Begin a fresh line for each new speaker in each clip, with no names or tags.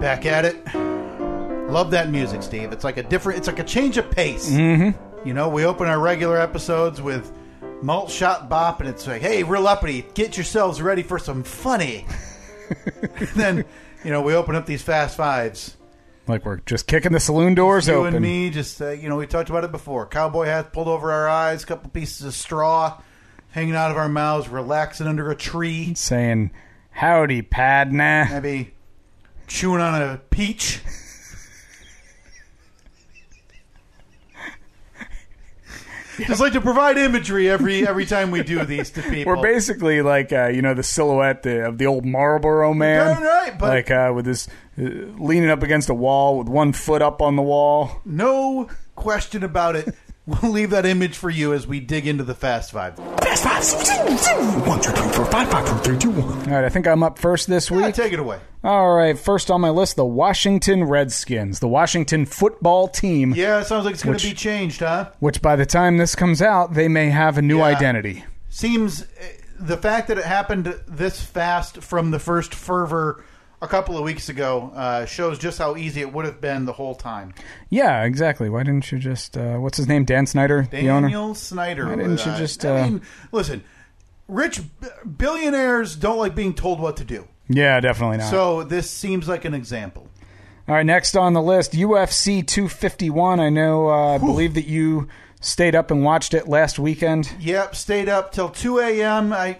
back at it. Love that music, Steve. It's like a different. It's like a change of pace.
Mm-hmm.
You know, we open our regular episodes with malt shot bop, and it's like, hey, real uppity, get yourselves ready for some funny. then, you know, we open up these fast fives.
Like we're just kicking the saloon doors
you
open.
and me just uh, you know we talked about it before cowboy hat pulled over our eyes couple pieces of straw hanging out of our mouths relaxing under a tree
Saying, howdy, Padna.
maybe chewing on a peach just like to provide imagery every every time we do these to people
We're basically like, uh, you know, the silhouette the, of the old Marlboro man.
darn right, but-
like uh, with this uh, leaning up against a wall with one foot up on the wall.
no question about it we'll leave that image for you as we dig into the fast five
Fast five. Zoom, zoom, zoom. One, two, three, four, five, five, four, three, two, one.
All right, I think I'm up first this
Mm. Yeah,
week.
take it away
All right, first on my list, the Washington Redskins, the Washington football team,
yeah it sounds like it's gonna
Which-
be changed huh
which by the time this comes out, they may have a new
Yeah.
identity.
seems eh, the fact that it happened this fast from the first fervor a couple of weeks ago uh, shows just how easy it would have been the whole time.
Yeah, exactly. Why didn't you just uh, what's his name, Dan Snyder, the owner?
Daniel Snyder.
Why didn't you
uh,
just,
I
uh,
mean, listen, rich b- billionaires don't like being told what to do.
Yeah, definitely not.
So this seems like an example.
All right, next on the list, UFC 251. I know, uh, I believe that you stayed up and watched it last weekend.
Yep, stayed up till 2 a.m. I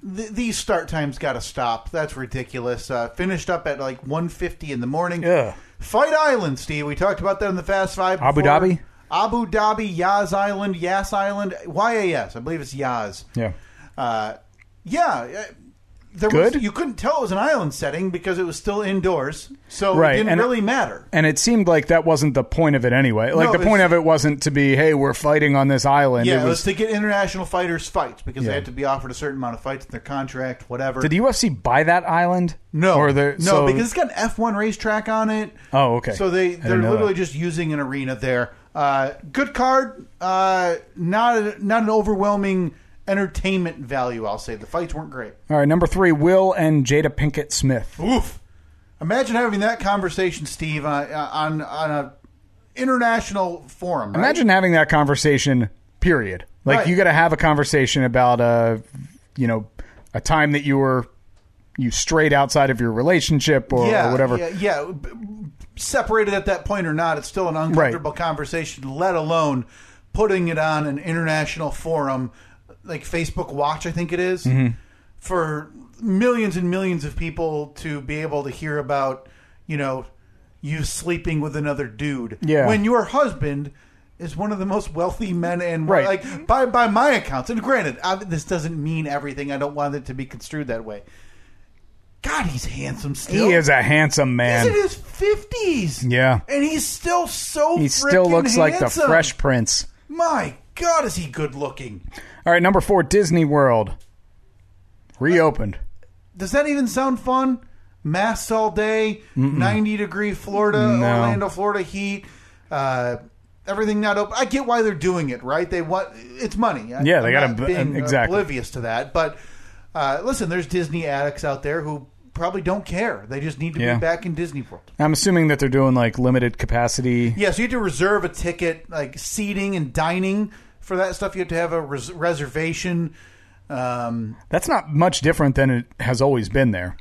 th- these start times got to stop. That's ridiculous. Uh, finished up at like 1:50 in the morning.
Yeah.
Fight Island, Steve. We talked about that in the Fast Five.
Abu
before.
Dhabi?
Abu Dhabi, Yas Island, Yas Island, YAS. I believe it's Yas.
Yeah.
Uh, yeah. uh, There
Good?
Was, you couldn't tell it was an island setting because it was still indoors, so
Right,
it didn't
and-
really matter.
And it seemed like that wasn't the point of it anyway. Like
No,
the point
it's-
of it wasn't to be, hey, we're fighting on this island.
Yeah,
it
it
was.
was to get international fighters fights because
Yeah.
they had to be offered a certain amount of fights in their contract, whatever.
did the UFC buy that island?
No,
Or the
no,
so-
because it's got an F one racetrack on it.
Oh, okay.
So they
I didn't
they're
know
literally
that.
just using an arena there. Uh, good card. Uh, not a, not an overwhelming entertainment value. I'll say the fights weren't great.
All right, number three, Will and Jada Pinkett Smith.
Oof. Imagine having that conversation, Steve, uh, uh, on on a international forum. Right?
Imagine having that conversation. Period. Like
Right.
you got to have a conversation about uh, you know, a time that you were you strayed outside of your relationship or, or
yeah,
whatever.
Yeah, yeah. B- b- separated at that point or not, it's still an uncomfortable conversation. Let alone putting it on an international forum like Facebook Watch, I think it is,
Mm-hmm.
for millions and millions of people to be able to hear about, you know, you sleeping with another dude.
Yeah.
when your husband. Is one of the most wealthy men, and
Right.
like by by my accounts. And granted, I, this doesn't mean everything. I don't want it to be construed that way. God, he's handsome still.
He is a handsome man.
He's in his fifties.
Yeah.
and he's still so.
He still
frickin'
looks like the
handsome.
Fresh Prince.
My God, is he good looking?
All right, number four, Disney World reopened.
Does that even sound fun? Masks all day, ninety degree Florida, Orlando, Florida heat. Uh, everything not open. I get why they're doing it, right? They want it's money. I-
Yeah,
I'm
they gotta
not
b-
being
exactly.
oblivious to that. But uh, listen, there's Disney addicts out there who probably don't care. They just need to
Yeah.
be back in Disney World.
I'm assuming that they're doing like limited capacity.
Yeah, so you have to reserve a ticket, like seating and dining for that stuff. You have to have a res- reservation. Um,
That's not much different than it has always been there.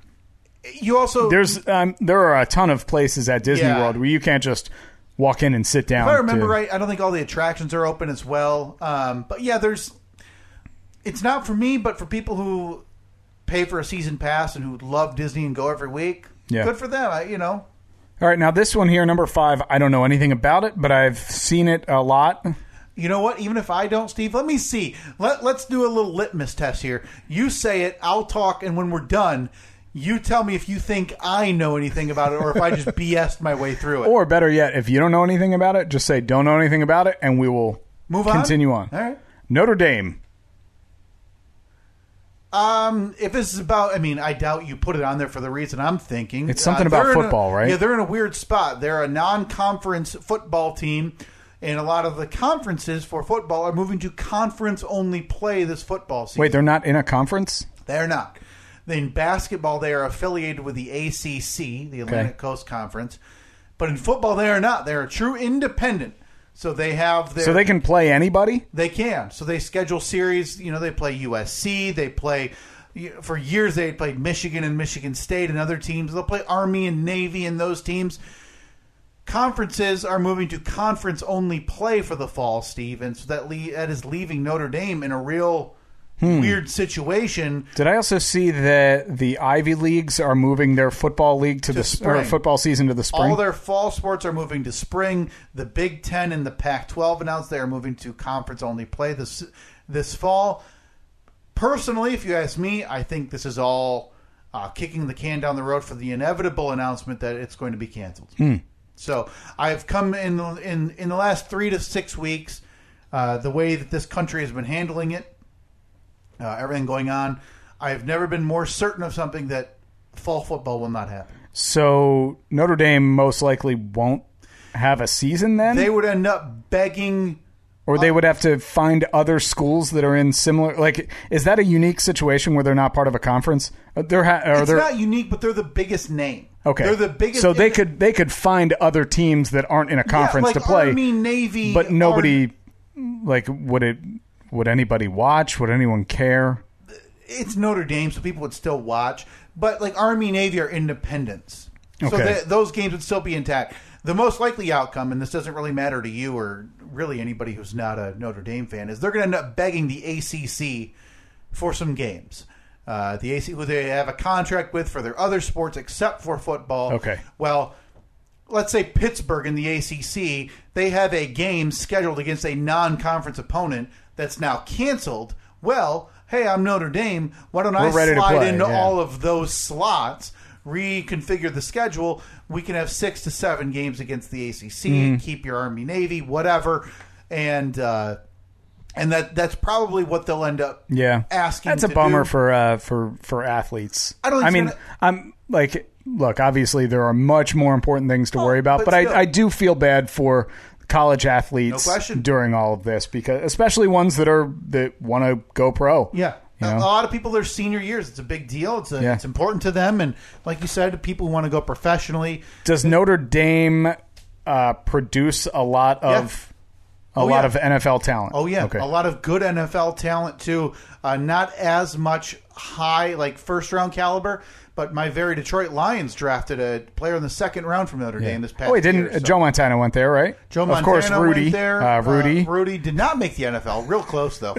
you also, if
There's um, there are a ton of places at Disney
Yeah.
World where you can't just walk in and sit down.
I remember
to-
right, I don't think all the attractions are open as well. Um, but yeah, there's. It's not for me, but for people who pay for a season pass and who love Disney and go every week,
Yeah.
good for them. I, you know,
All right, now this one here, number five. I don't know anything about it, but I've seen it a lot.
You know what? Even if I don't, Steve, let me see. Let, let's do a little litmus test here. You say it, I'll talk, and when we're done, you tell me if you think I know anything about it or if I just BS'd my way through it.
Or better yet, if you don't know anything about it, just say don't know anything about it, and we will
Move on?
Continue on.
All right.
Notre Dame.
Um, if this is about, I mean, I doubt you put it on there for the reason I'm thinking. Uh,
It's something about
they're in a-
football, right?
Yeah, they're in a weird spot. They're a non-conference football team, and a lot of the conferences for football are moving to conference-only play this football season.
Wait, they're not in a conference.
They're not. In basketball, they are affiliated with the ACC, the Atlantic Coast Conference. But in football, they are not. They are true independent. So they have their
So they can play anybody.
They can. So they schedule series. You know, they play USC. They play for years. They played Michigan and Michigan State and other teams. They'll play Army and Navy and those teams. Conferences are moving to conference only play for the fall, Steve, and so that le- that is leaving Notre Dame in a real
Hmm.
weird situation.
Did I also see that the Ivy leagues are moving their football league to, the s- or
spring.
football season to the spring?
All their fall sports are moving to spring. The Big Ten and the Pac-12 announced they are moving to conference-only play this this fall. Personally, if you ask me, I think this is all uh, kicking the can down the road for the inevitable announcement that it's going to be canceled. So I've come in in in the last three to six weeks, uh, the way that this country has been handling it, uh, everything going on. I have never been more certain of something that fall football will not happen.
so Notre Dame most likely won't have a season then,
They would end up begging
or they would have to find other schools that are in similar. Like, is that a unique situation where they're not part of a conference? Uh, They're ha- are
It's
there-
not unique, but they're the biggest name.
okay.
they're the biggest.
So they could they could find other teams that aren't in a
Yeah,
conference
like
to play.
Army, Navy,
but nobody
Army-
like would it would anybody watch would anyone care
it's Notre Dame, so people would still watch. But like Army, Navy are independents, so
Okay.
they, those games would still be intact. The most likely outcome, and this doesn't really matter to you or really anybody who's not a Notre Dame fan, is they're going to end up begging the ACC for some games. Uh, the ACC, who they have a contract with for their other sports except for football.
Okay.
Well, let's say Pittsburgh in the ACC, they have a game scheduled against a non-conference opponent that's now canceled. Well, hey, I'm Notre Dame. Why don't I
We're ready to
slide
play,
into
yeah.
all of those slots, reconfigure the schedule? We can have six to seven games against the ACC.
Mm-hmm.
Keep your Army, Navy, whatever, and uh, and that that's probably what they'll end up
yeah
asking.
that's a
to
bummer
do.
for uh for for athletes
I don't think
i
it's
mean
gonna-
i'm like look obviously there are much more important things to worry about
Oh, but
but, I,
still.
I do feel bad for college athletes
No question.
during all of this because especially ones that are that want to go pro
Yeah. Uh,
You
A
know?
a lot of people, their senior years, it's a big deal. It's a,
Yeah.
it's important to them, and like you said, people who want to go professionally.
does notre dame uh produce a lot of a
Oh,
lot
yeah.
of nfl talent
Oh yeah,
okay
a lot of good NFL talent too. Uh, not as much high like first round caliber, but my very Detroit Lions drafted a player in the second round from Notre Dame this past.
Oh, it didn't.
year, so-
Joe Montana went there, right?
Joe
of
Montana
course, Rudy.
Went there.
Uh, Rudy.
Uh, Rudy did not make the NFL. Real close though.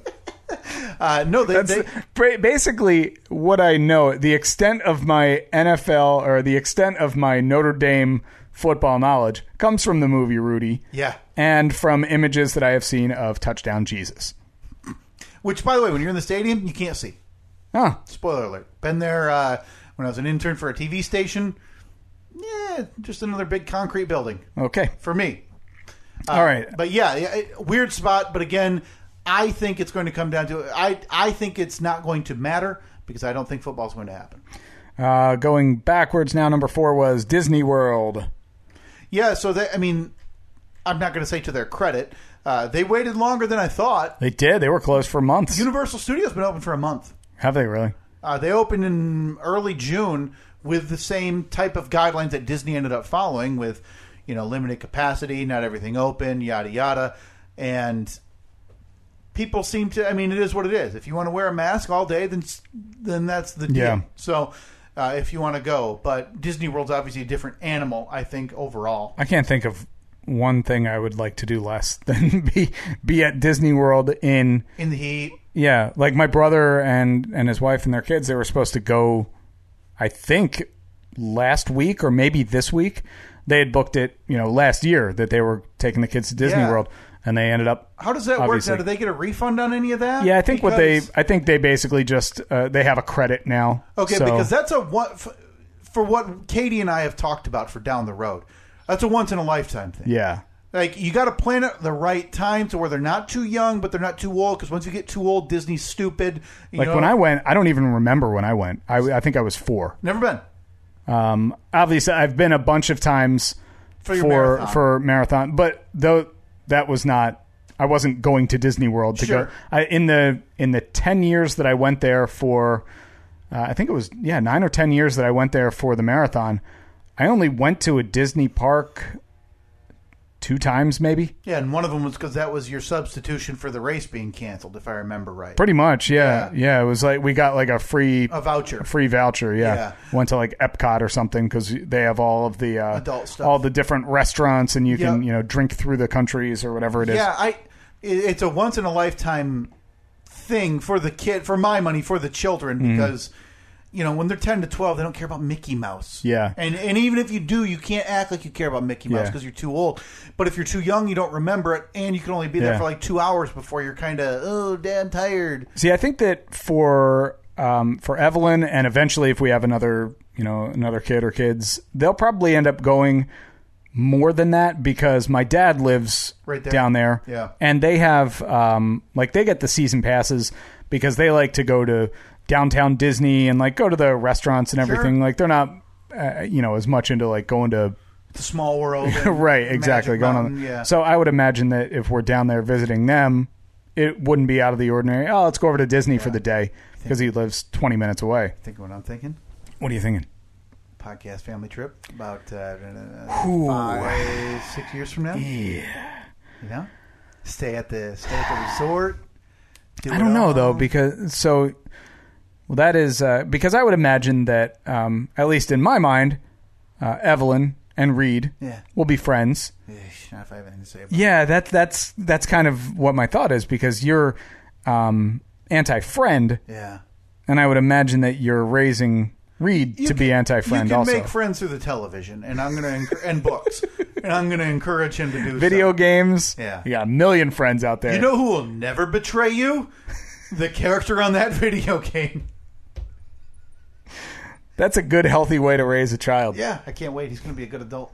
uh, no, they, they
Ba- Basically, what I know, the extent of my NFL or the extent of my Notre Dame football knowledge comes from the movie Rudy.
Yeah.
And from images that I have seen of Touchdown Jesus.
which by the way, when you're in the stadium, you can't see.
Huh.
spoiler alert. Been there uh, when I was an intern for a TV station. Yeah, just another big concrete building
Okay.
for me. Uh,
All right.
But yeah, yeah, it- weird spot. But again, I think it's going to come down to I. I think it's not going to matter because I don't think football's going to happen.
Uh, going backwards now, number four was Disney World.
Yeah. So they, I mean, I'm not going to say to their credit, uh, they waited longer than I thought.
They did. They were closed for months.
Universal Studios been open for a month.
have they really?
Uh, they opened in early June with the same type of guidelines that Disney ended up following, with you know limited capacity, not everything open, yada yada, and people seem to. I mean, it is what it is. If you want to wear a mask all day, then s- then that's the deal.
Yeah.
So. Uh, if you want to go, but Disney World's obviously a different animal, I think overall.
I can't think of one thing I would like to do less than be be at Disney World in
In the heat,
yeah, like my brother and and his wife and their kids they were supposed to go I think last week or maybe this week. They had booked it, you know, last year that they were taking the kids to Disney
Yeah.
World and they ended up
how does that
Obviously.
work now? Do they get a refund on any of that?
Yeah, I think what they
Uh, Because-
I think they basically just uh, they have a credit now.
Okay,
So-
because that's a one f- for what Katie and I have talked about for down the road. That's a once in a lifetime thing.
Yeah.
Like you got to plan it the right time to where they're not too young, but they're not too old. Because once you get too old, Disney's stupid. You
Like
know?
when I went, I don't even remember when I went. I, I think I was 4.
never been.
Um, obviously, I've been a bunch of times
For
for
your
for,
marathon.
marathon, but though that was not, I wasn't going to Disney World to
Sure.
go. I, in the in the ten years that I went there for uh, I think it was yeah nine or ten years that I went there for the marathon. I only went to a Disney park two times, maybe.
Yeah, and one of them was because that was your substitution for the race being canceled, if I remember right.
Pretty much, yeah. yeah, It was like we got like a free
a voucher.
free voucher. Yeah.
Yeah.
went to like Epcot or something because they have all of the uh,
Adult stuff.
all the different restaurants, and you can
Yep.
you know drink through the countries or whatever it is.
Yeah, I. it- It's a once in a lifetime thing for the kid, for my money, for the children,
Mm-hmm.
because you know when they're ten to twelve, they don't care about Mickey Mouse.
Yeah.
and and even if you do, you can't act like you care about Mickey Mouse
Yeah.
because you're too old. But if you're too young, you don't remember it, and you can only be there
Yeah.
for like two hours before you're kind of oh, dad, I'm tired.
See, I think that for um, for Evelyn, and eventually, if we have another you know another kid or kids, they'll probably end up going more than that because my dad lives
Right there.
down there,
Yeah.
and they have um, like they get the season passes because they like to go to downtown Disney and like go to the restaurants and everything. Like they're not uh, you know as much into like going to
The small world, and
right exactly
Magic
going
Mountain,
on
yeah.
so i would imagine that if we're down there visiting them it wouldn't be out of the ordinary oh let's go over to disney for the day because he lives 20 minutes away
think what I'm thinking.
what are you thinking
Podcast family trip about uh, five six years from now.
yeah.
You know, stay at the stay at the resort. do
i
it
don't know though
all.
because so well that is uh, because i would imagine that um, at least in my mind uh, evelyn and reed
Yeah.
will be friends
Eesh, not if I have anything to say. About it.
Yeah, that that's that's kind of what my thought is because you're um, anti-friend,
Yeah.
and I would imagine that you're raising Reed
You
to be
can-
anti-friend
You can
also.
make friends through the television, and I'm gonna encour- and books, and I'm gonna encourage him to do
Video
so.
games.
Yeah.
you got a million friends out there.
You know who will never betray you? The character on that video game.
That's a good, healthy way to raise a child.
Yeah, I can't wait. He's gonna be a good adult.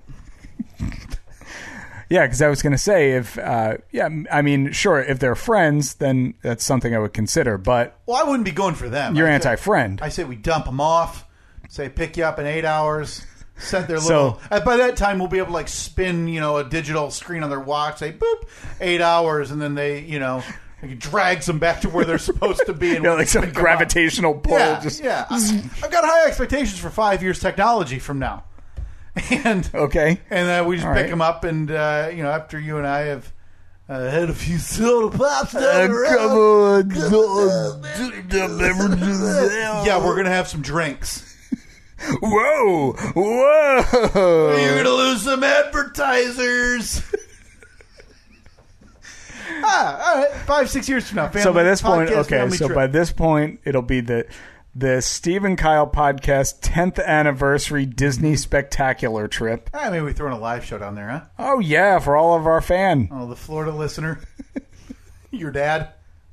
Yeah, because I was going to say if, uh, yeah, m- I mean, sure, if they're friends, then that's something I would consider. But
Well, I wouldn't be going for them.
you're
I say-
anti-friend.
I say we dump them off. Say pick you up in eight hours. Set their
So-
little. uh, by that time, we'll be able to like spin, you know, a digital screen on their watch. Say boop, eight hours, and then they, you know, like, drags them back to where they're supposed to be. And
you know, like some
pick 'em up.
gravitational pull.
Yeah,
just
yeah. I, have got high expectations for five years technology from now, and
okay.
and uh, we just
All
pick
right.
them up, and uh, you know, after you and I have uh, had a few soda pops down
Uh,
the road, yeah, we're gonna have some drinks.
Whoa! Whoa!
You're gonna lose some advertisers. ah, all right. Five, six years from now. Family,
so by this point,
podcast,
okay.
family
So
trip.
by this point, it'll be the the Steve and Kyle podcast 10th anniversary Disney spectacular trip.
Ah, maybe we throw in a live show down there, huh?
Oh yeah, for all of our fan.
Oh, the Florida listener, your dad,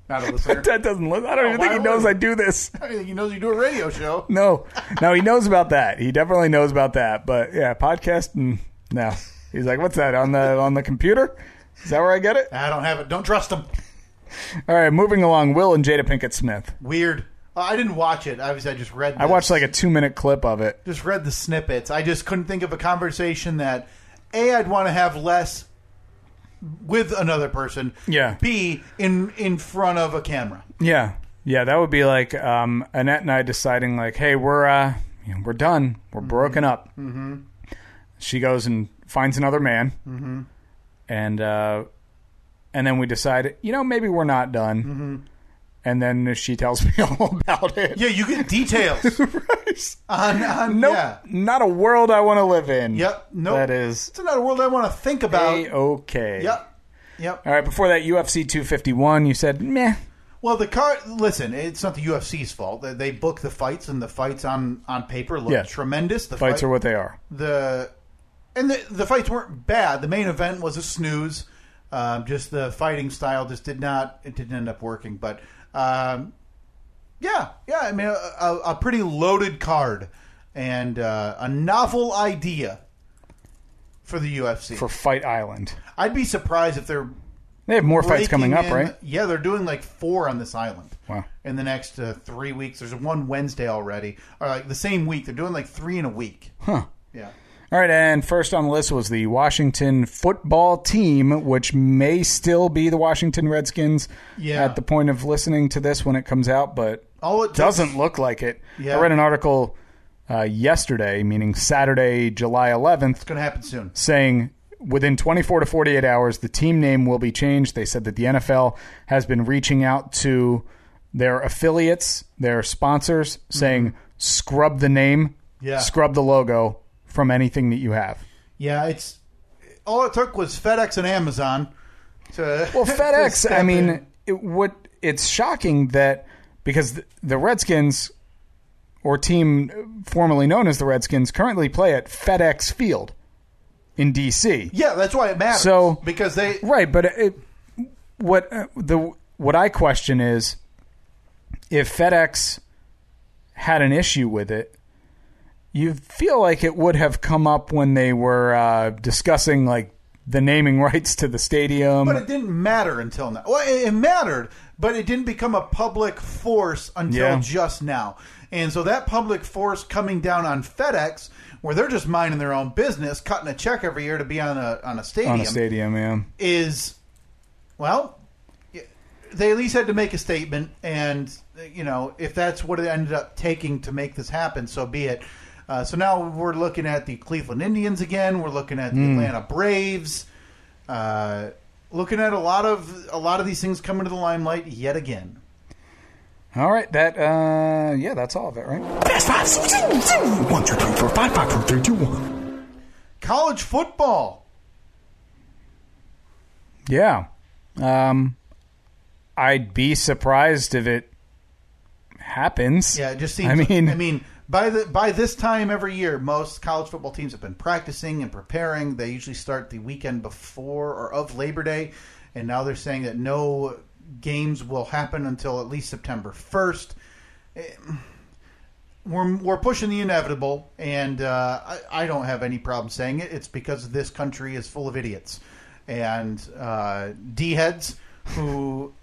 not a listener.
That doesn't. Look, I don't even
why
think he
would
knows
he?
I do this.
I think he knows you do a radio show.
No, no, he knows about that. He definitely knows about that. But yeah, podcast. mm, No, he's like, what's that on the on the computer? Is that where I get it?
I don't have it. Don't trust him.
All right, moving along. Will and Jada Pinkett Smith.
Weird. Uh, I didn't watch it. Obviously, I just read.
I watched like a two minute clip of it.
just read the snippets. I just couldn't think of a conversation that a I'd want to have less with another person.
Yeah.
B in in front of a camera.
Yeah, yeah, that would be like um, Annette and I deciding like, hey, we're uh, you know, we're done, we're broken up. Mm-hmm. She goes and finds another man, mm-hmm. and uh, and then we decide, you know, maybe we're not done. Mm-hmm. And then she tells me all about it.
Yeah, you get details on on
Nope,
yeah.
not a world I want to live in.
Yep. Nope.
that is
It's not a world I want to think about.
a okay.
Yep. Yep.
All right. Before that, UFC 251. You said meh.
Well, the car. Listen, it's not the UFC's fault. They, they book the fights, and the fights on on paper look
Yeah.
tremendous. The
Fights
fight-
are what they are.
the and the, the fights weren't bad. The main event was a snooze. Um, just the fighting style just did not it didn't end up working. But um, yeah, yeah. I mean, a, a, a pretty loaded card and uh, a novel idea for the UFC.
For Fight Island,
I'd be surprised if they're
they have more fights coming
breaking
up,
in-
right?
Yeah, they're doing like four on this island.
Wow.
In the next uh, three weeks, there's one Wednesday already, or like the same week. They're doing like three in a week.
Huh.
Yeah.
All right, and first on the list was the Washington football team, which may still be the Washington Redskins
Yeah.
at the point of listening to this when it comes out, but
All it does
doesn't look like it.
Yeah.
I read an article uh, yesterday, meaning Saturday, July 11th,
going to happen soon.
saying within 24 to 48 hours, the team name will be changed. They said that the NFL has been reaching out to their affiliates, their sponsors, saying scrub the name,
Yeah.
scrub the logo from anything that you have.
Yeah, it's all it took was FedEx and Amazon to
Well,
to
FedEx.
step
I mean,
in.
it, what it's shocking that because the, the Redskins or team formerly known as the Redskins currently play at FedEx Field in DC.
yeah, that's why it matters.
So-
because they
Right, but it, what uh, the what I question is if FedEx had an issue with it, you feel like it would have come up when they were uh, discussing like the naming rights to the stadium.
But it didn't matter until now. Well, it, it mattered, but it didn't become a public force until
Yeah.
just now. And so that public force coming down on FedEx, where they're just minding their own business, cutting a check every year to be on a on a stadium,
on a stadium, yeah.
is, well, they at least had to make a statement. And you know, if that's what it ended up taking to make this happen, so be it. Uh, so now we're looking at the Cleveland Indians again. We're looking at the Atlanta Braves uh, looking at a lot of a lot of these things coming to the limelight yet again.
All right, that uh yeah, that's all of it, right?
Fast five. Zoo, zoo, zoo. One, two, three, four, five, five, four, three, two, one.
College football.
Yeah. Um I'd be surprised if it happens.
Yeah, it just seems.
I mean,
I mean, by the by this time every year, most college football teams have been practicing and preparing. They usually start the weekend before or of Labor Day, and now they're saying that no games will happen until at least September first. Eh, We're, we're pushing the inevitable, and uh, I, I don't have any problem saying it. It's because this country is full of idiots and uh, D heads who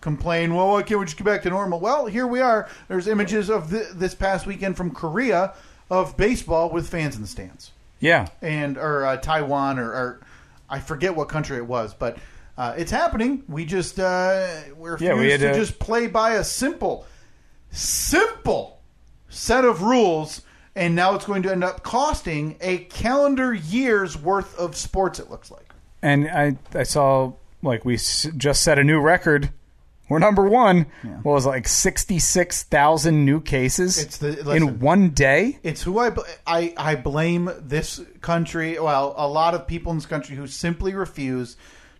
complain, well, why can't we just go back to normal? Well, here we are. There's images of th- this past weekend from Korea of baseball with fans in the stands,
yeah.
and or uh, Taiwan, or, or I forget what country it was, but uh, it's happening. We just uh, we refuse
Yeah, we had
to
to-
just play by a simple, simple set of rules. And now it's going to end up costing a calendar year's worth of sports. It looks like.
And I I saw like we s- just set a new record. We're number 1. What was it, like 66,000 new cases
It's the- listen.
in one day?
It's who I, bl- I I blame this country. Well, a lot of people in this country who simply refuse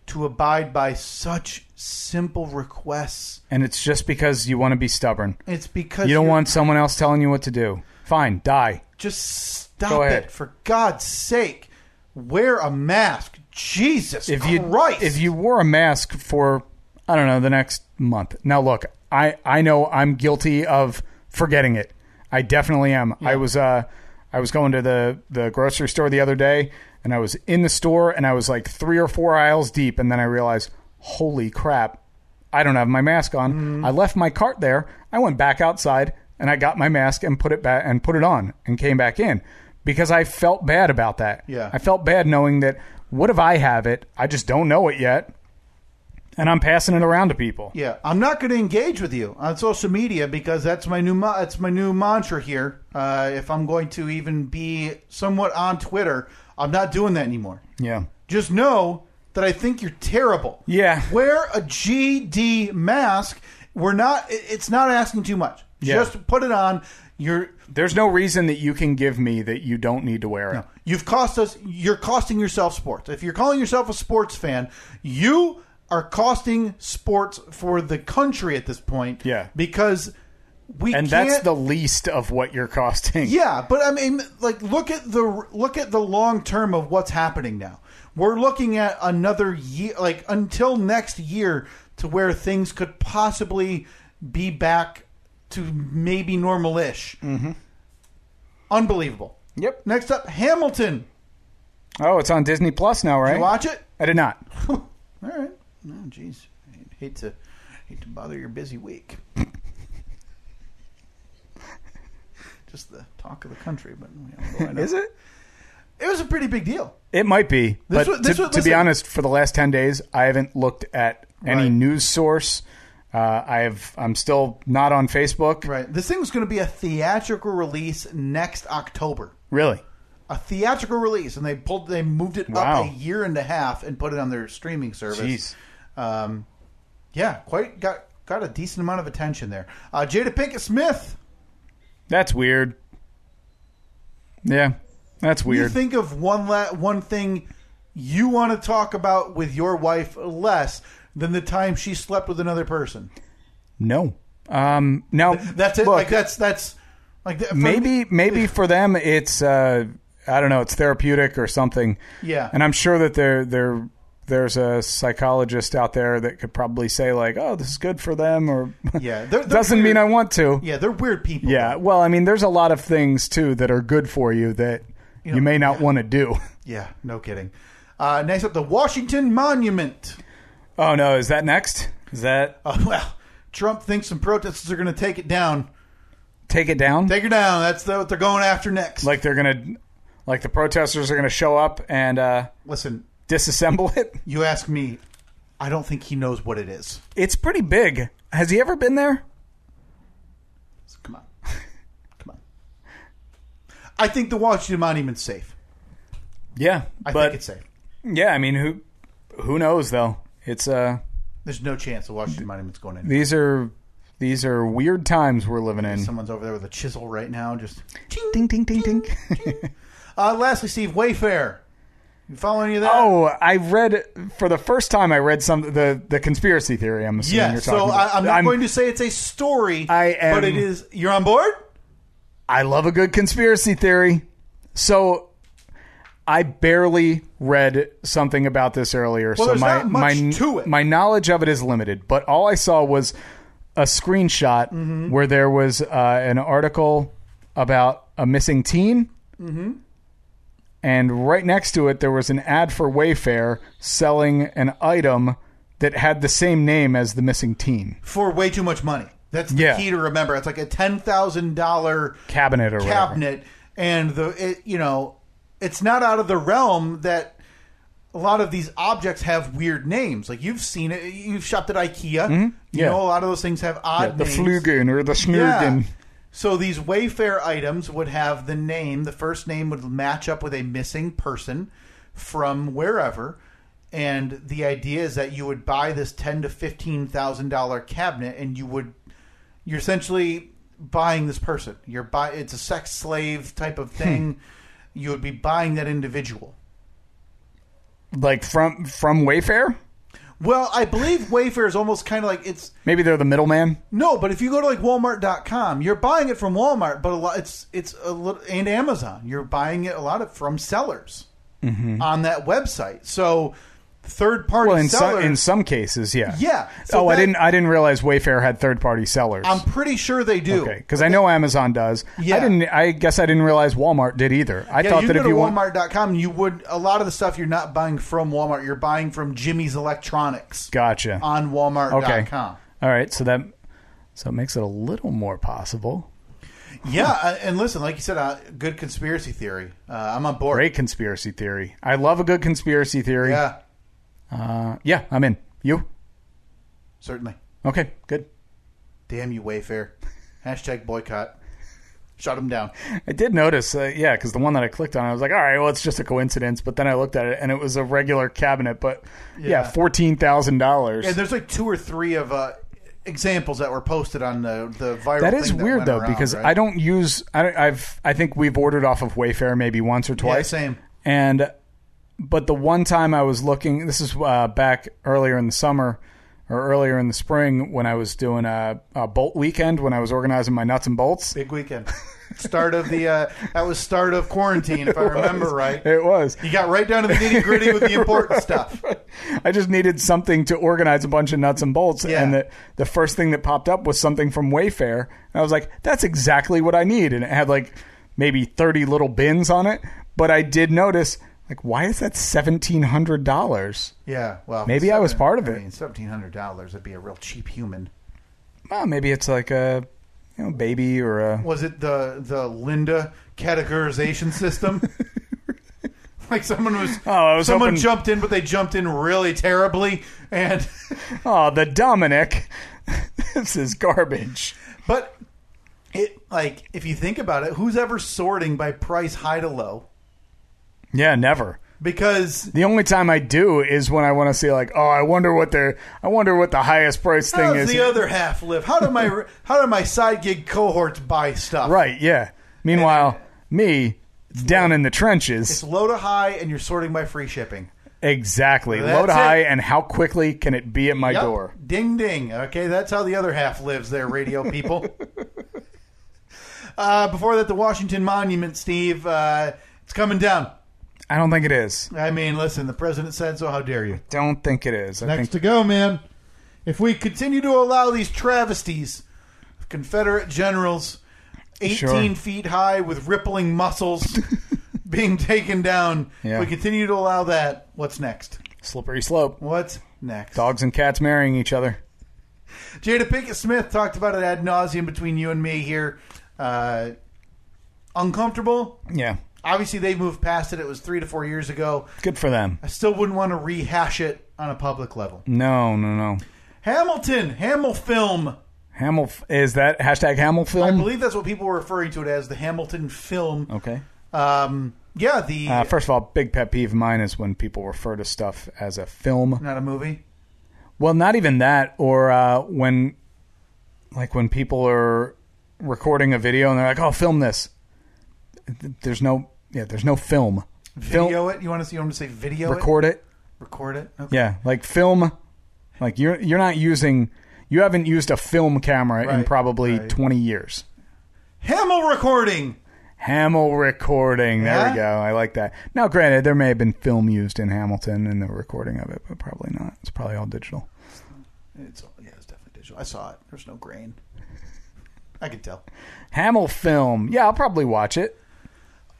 to abide by such simple requests.
And it's just because you want to be stubborn.
It's because
You don't
you're-
want someone else telling you what to do. Fine, die.
just
Go
stop
ahead.
it for God's sake. Wear a mask, Jesus
if you
Christ!
if you wore a mask for I don't know the next month. Now look, I I know I'm guilty of forgetting it. I definitely am. I was uh I was going to the the grocery store the other day and I was in the store and I was like 3 or 4 aisles deep and then I realized, "Holy crap. I don't have my mask on.
Mm-hmm.
I left my cart there. I went back outside and I got my mask and put it back and put it on and came back in because I felt bad about that.
Yeah.
I felt bad knowing that what if I have it? I just don't know it yet. And I'm passing it around to people.
Yeah, I'm not going to engage with you on social media because that's my new mo- that's my new mantra here. Uh, if I'm going to even be somewhat on Twitter, I'm not doing that anymore.
Yeah.
Just know that I think you're terrible.
Yeah.
Wear a GD mask. We're not. it- It's not asking too much.
Yeah.
Just put it on. You're.
There's no reason that you can give me that you don't need to wear it.
You've cost us. You're costing yourself sports. If you're calling yourself a sports fan, you are costing sports for the country at this point.
Yeah.
Because we
And
can't,
that's the least of what you're costing.
Yeah, but I mean, like, look at the look at the long term of what's happening now. We're looking at another year, like until next year, to where things could possibly be back to maybe normal-ish. Mm-hmm. Unbelievable.
Yep.
Next up, Hamilton.
Oh, it's on Disney Plus now, right?
You watch it?
I did not.
All right. Oh, jeez. I Hate to hate to bother your busy week. Just the talk of the country, but you know, why not?
Is it?
It was a pretty big deal.
It might be,
This
but
was- this
to,
was-
to be
listen-
honest, for the last ten days, I haven't looked at any
Right.
news source. Uh, I have. I'm still not on Facebook.
Right. This thing's going to be a theatrical release next October.
Really?
A theatrical release, and they pulled, they moved it
Wow.
up a year and a half and put it on their streaming service.
Jeez.
Um, yeah, quite got got a decent amount of attention there. Uh, Jada Pinkett Smith.
That's weird. Yeah, that's
You
weird.
think of one la- one thing you want to talk about with your wife less than the time she slept with another person.
no. Um. Now
That's it.
Look,
like that's that's like that, for me-
maybe maybe for them it's uh, I don't know it's therapeutic or something.
Yeah.
And I'm sure that there there there's a psychologist out there that could probably say like, oh, this is good for them, or
Yeah, they're- they're
doesn't mean
weird.
I want to.
yeah, they're weird people.
Yeah, well, I mean, there's a lot of things too that are good for you that you, may not want to do.
yeah, no kidding. Uh, next up, the Washington Monument.
Oh no, is that next? Is that
Uh, well, Trump thinks some protesters are going to take it down.
take it down?
Take her down. That's the, what they're going after next.
like they're gonna, like the protesters are gonna show up and uh,
listen,
disassemble it?
you ask me. I don't think he knows what it is.
It's pretty big. Has he ever been there?
So come on, come on. I think the Washington Monument's safe.
Yeah,
I
but
think it's safe.
yeah, I mean, who who knows though? It's uh,
There's no chance the Washington Monument's going in.
these are these are weird times we're living in.
Someone's over there with a chisel right now. Just
Ding ding ding ding.
uh, lastly, Steve Wayfair. You follow any of that?
Oh, I read for the first time. I read some the the conspiracy theory. I'm assuming
yeah.
you're talking.
So
about.
I, I'm not going to say it's a story.
I am-
but it is. You're on board.
I love a good conspiracy theory. So I barely read something about this earlier. so
there's
my
not much
my
to it.
my knowledge of it is limited. But all I saw was a screenshot
Mm-hmm.
where there was uh, an article about a missing teen.
Mm-hmm.
And right next to it, there was an ad for Wayfair selling an item that had the same name as the missing teen
for way too much money. That's the
Yeah.
key to remember. It's like a ten thousand dollar
cabinet or whatever.
cabinet, and the it, you know, it's not out of the realm that a lot of these objects have weird names. Like you've seen it, you've shopped at IKEA. You
Mm-hmm. Yeah.
know, a lot of those things have odd
The
names.
Flugen or the Schnugen.
So these Wayfair items would have the name. The first name would match up with a missing person from wherever, and the idea is that you would buy this ten to fifteen thousand dollar cabinet, and you would you're essentially buying this person. You're buy it's a sex slave type of thing. You would be buying that individual.
Like from from Wayfair?
Well, I believe Wayfair is almost kind of like it's
Maybe they're the middleman.
No, but if you go to like Walmart.com, you're buying it from Walmart, but a lot it's it's a little and Amazon. You're buying it a lot of from sellers on that website. So third party
Mm-hmm. Well, in some
sellers.
in some cases, yeah.
Yeah, so
oh, I
that-
didn't I didn't realize Wayfair had third party sellers.
I'm pretty sure they do.
okay, because I know Amazon does.
Yeah.
I didn't. I guess I didn't realize Walmart did either. I
Yeah,
thought
you
that
go
if
to
you want,
Walmart.com, you would a lot of the stuff you're not buying from Walmart. You're buying from Jimmy's Electronics
gotcha.
on
okay.
Walmart.com.
All right, so that so it makes it a little more possible.
Yeah, uh, and listen, like you said, uh, good conspiracy theory. Uh, I'm on board.
Great conspiracy theory. I love a good conspiracy theory.
Yeah,
Uh, yeah, I'm in. You
certainly.
okay? Good.
Damn you, Wayfair. Hashtag boycott. Shut them down.
I did notice, uh, yeah, because the one that I clicked on, I was like, all right, well, it's just a coincidence. But then I looked at it, and it was a regular cabinet, but yeah,
Yeah.
fourteen thousand dollars.
And there's like two or three of uh, examples that were posted on the, the viral.
That is
thing
weird
went
though,
around,
because
right?
I don't use. I don't, I've. I think we've ordered off of Wayfair maybe once or
Yeah,
twice.
same.
And, but the one time I was looking, this is uh, back earlier in the summer or earlier in the spring when I was doing a, a bolt weekend when I was organizing my nuts and bolts.
Big weekend. Start of the uh, that was start of quarantine, if I remember right.
It was.
You got right down to the nitty gritty with the important stuff.
I just needed something to organize a bunch of nuts and bolts,
Yeah.
and the the first thing that popped up was something from Wayfair, and I was like, "That's exactly what I need." And it had like maybe thirty little bins on it, but I did notice, like, why is that seventeen hundred dollars?
Yeah, well,
Maybe I was part of
I
it.
mean, seventeen hundred dollars would be a real cheap human.
Well, maybe it's like a you know baby or a
Was it the the Linda categorization system? like someone was
Oh, I was
someone
hoping-
jumped in, but they jumped in really terribly. And
Oh, the Dominic. this is garbage.
but it like if you think about it, who's ever sorting by price high to low?
Yeah, never.
Because
The only time I do is when I want to see like, oh, I wonder what their, I wonder what the highest price thing
how's
is.
the other half live? How do my how do my side gig cohorts buy stuff?
right? Yeah. Meanwhile, me down in the
It's
trenches.
low to high, and you're sorting by free shipping.
Exactly. Low
That's
to high,
it.
and how quickly can it be at my
Yup.
door?
Ding ding. Okay, that's how the other half lives there, radio people. uh, before that, the Washington Monument, Steve. Uh, it's coming down.
I don't think it is.
I mean, listen, the president said so. How dare you?
Don't think it is. I
Next
think
to go, man. If we continue to allow these travesties of Confederate generals 18
Sure.
feet high with rippling muscles being taken down,
Yeah.
if we continue to allow that, what's next?
slippery slope.
What's next?
Dogs and cats marrying each other.
Jada Pinkett Smith talked about it ad nauseum between you and me here. Uh, uncomfortable.
Yeah.
Obviously, they moved past it. It was three to four years ago.
Good for them.
I still wouldn't want to rehash it on a public level.
No, no, no.
Hamilton, Hamill film.
Hamill is that hashtag Hamill film?
I believe that's what people were referring to it as the Hamilton film.
Okay.
Um, yeah, the
Uh, first of all, big pet peeve of mine is when people refer to stuff as a film.
not a movie.
Well, not even that, or uh, when, like, when people are recording a video and they're like, "Oh, film this." Th- There's no, yeah, there's no film.
Video it. You want to see? You want to say video?
record it.
It? Record it. Okay.
Yeah, like film. Like you're you're not using, you haven't used a film camera in
Right,
probably
right.
20 years.
Hamill recording.
Hamill recording. There
Yeah?
we go. I like that. Now, granted, there may have been film used in Hamilton in the recording of it, but probably not. It's probably all digital.
It's yeah, it's definitely digital. I saw it. There's no grain. I can tell.
Hamill film. Yeah, I'll probably watch it.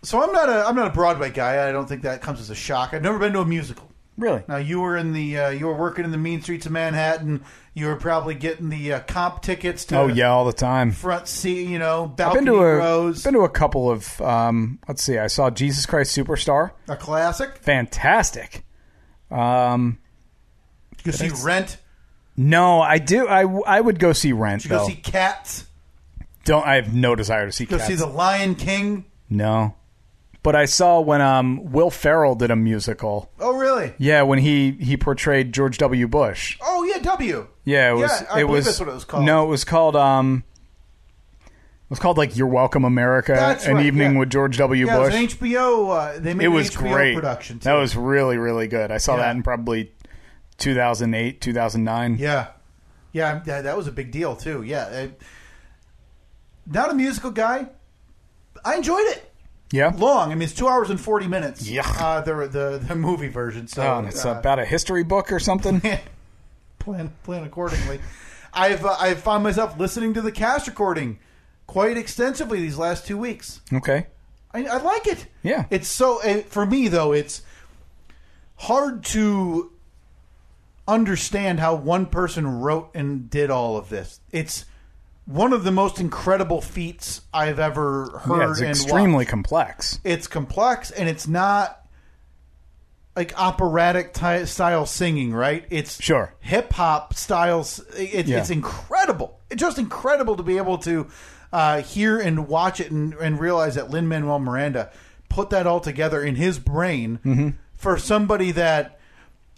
So I'm not a I'm not a Broadway guy. I don't think that comes as a shock. I've never been to a musical.
Really?
Now you were in the uh, you were working in the mean streets of Manhattan. You were probably getting the uh, comp tickets to
Oh yeah, all the time.
front seat. You know,
I've been
balcony
to a
rows.
been to a couple of um, let's see. I saw Jesus Christ Superstar.
a classic.
Fantastic. Um,
You could see Rent.
no, I do. I, I would go see Rent
You
though.
go see Cats.
Don't I have no desire to see
Go
Cats.
see The Lion King.
no. But I saw when um, Will Ferrell did a musical.
Oh, really?
Yeah, when he he portrayed George W. Bush.
Oh, yeah, W.
Yeah, it was.
Yeah, I
it
believe
was,
that's what it was called.
No, it was called. Um, it was called like "You're Welcome, America,"
That's
an
right,
evening
yeah.
with George W.
Yeah,
Bush.
it was an HBO. Uh, they made
It was
an HBO
great.
production. Too.
That was really really good. I saw
Yeah.
that in probably 2008, 2009.
Yeah, yeah, that, that was a big deal too. Yeah, I- not a musical guy. I enjoyed it.
Yeah.
Long. I mean, it's two hours and forty minutes.
Yeah.
Uh, the, the the movie version. So
Oh, and it's
uh,
about a history book or something.
plan plan accordingly. I've uh, I've found myself listening to the cast recording quite extensively these last two weeks.
okay.
I, I like it.
Yeah.
It's so uh, for me though. It's hard to understand how one person wrote and did all of this. It's one of the most incredible feats I've ever heard.
Yeah, it's
and
extremely
watched.
complex.
It's complex and it's not like operatic ty- style singing, right? It's
Sure.
hip hop styles. It,
Yeah.
It's incredible. It's just incredible to be able to uh, hear and watch it and, and realize that Lin Manuel Miranda put that all together in his brain
Mm-hmm.
for somebody that,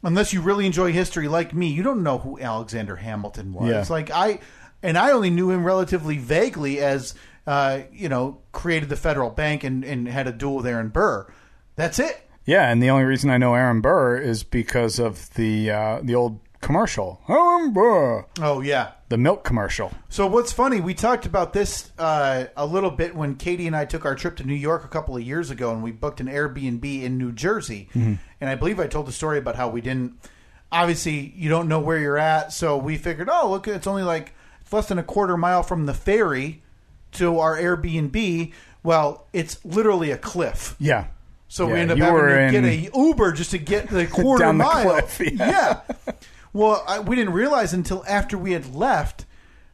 unless you really enjoy history like me, you don't know who Alexander Hamilton was.
Yeah.
Like I, and I only knew him relatively vaguely as uh, you know created the federal bank and, and had a duel there in Burr. That's it.
Yeah, and the only reason I know Aaron Burr is because of the uh, the old commercial, Aaron Burr,
Oh yeah.
the milk commercial.
So what's funny? We talked about this uh, a little bit when Katie and I took our trip to New York a couple of years ago, and we booked an Airbnb in New Jersey. And I believe I told the story about how we didn't. Obviously, you don't know where you're at, so we figured, oh, look, it's only like it's less than a quarter mile from the ferry to our Airbnb. Well, it's literally a cliff.
Yeah,
So we
Yeah,
end up
you
having
were
to get
in-
a Uber just to get the quarter
Down the
mile.
cliff, yeah.
Yeah. Well, I, we didn't realize until after we had left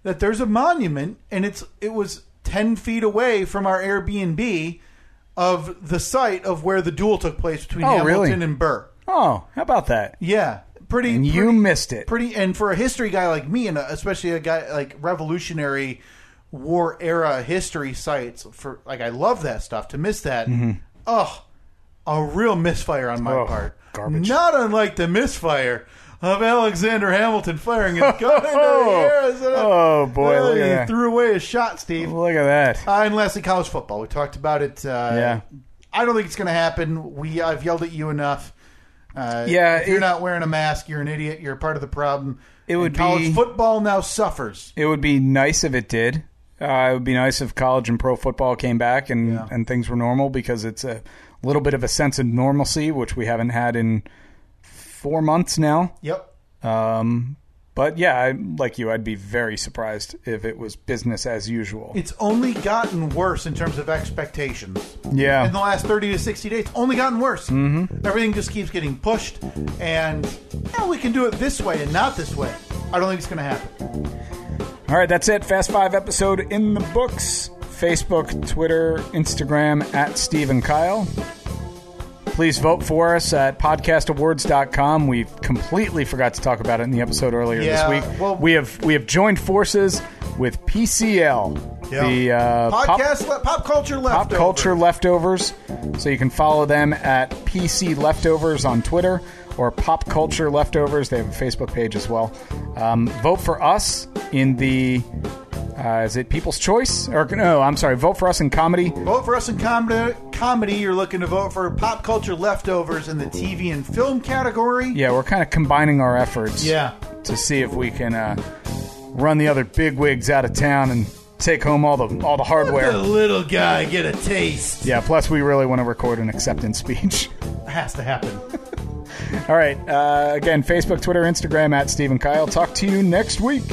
that there's a monument, and it's it was ten feet away from our Airbnb of the site of where the duel took place between
Oh,
Hamilton
really?
and Burr.
Oh, how about that?
Yeah, pretty.
And you
pretty-
missed it.
pretty and for a history guy like me and a- especially a guy like revolutionary war era history sites for like i love that stuff to miss that oh a real misfire on my
Mm-hmm. Ugh,
part
garbage.
not unlike the misfire of alexander hamilton firing his gun into the air as it-
Oh, boy,
Uh,
look at
he
that.
threw away his shot steve
Look at that.
uh, and lastly college football we talked about it uh,
Yeah.
i don't think it's going to happen we i've yelled at you enough uh,
Yeah,
if you're
it-
not wearing a mask, you're an idiot. You're part of the problem.
It
And
would
college
be-
football now suffers.
It would be nice if it did. Uh, it would be nice if college and pro football came back and,
Yeah.
and things were normal because it's a little bit of a sense of normalcy, which we haven't had in four months now.
Yep.
Um, but yeah, I, like you, I'd be very surprised if it was business as usual.
It's only gotten worse in terms of expectations.
yeah.
In the last 30 to 60 days, it's only gotten worse. Mm-hmm. Everything just keeps getting pushed, and yeah, we can do it this way and not this way. I don't think it's going to happen.
All right, that's it. Fast Five episode in the books. Facebook, Twitter, Instagram at Steve and Kyle. Please vote for us at podcastawards.com. We completely forgot to talk about it in the episode earlier
Yeah,
this week.
well-
we have we have joined forces with PCL,
Yeah.
the uh, pop-
Podcast, le- pop culture
Pop
left.
Culture Leftovers. So you can follow them at PC Leftovers on Twitter or Pop Culture Leftovers. They have a Facebook page as well. Um, vote for us in the. Uh, is it People's Choice? Or no, I'm sorry. Vote for us in comedy.
Vote for us in comedy. Comedy, you're looking to vote for pop culture leftovers in the TV and film category.
Yeah, we're kind of combining our efforts.
Yeah.
To see if we can uh, run the other big wigs out of town and take home all the all the
Let
hardware.
little guy get a taste.
Yeah. Plus, we really want to record an acceptance speech.
Has to happen.
All right. Uh, again, Facebook, Twitter, Instagram at Stephen Kyle. Talk to you next week.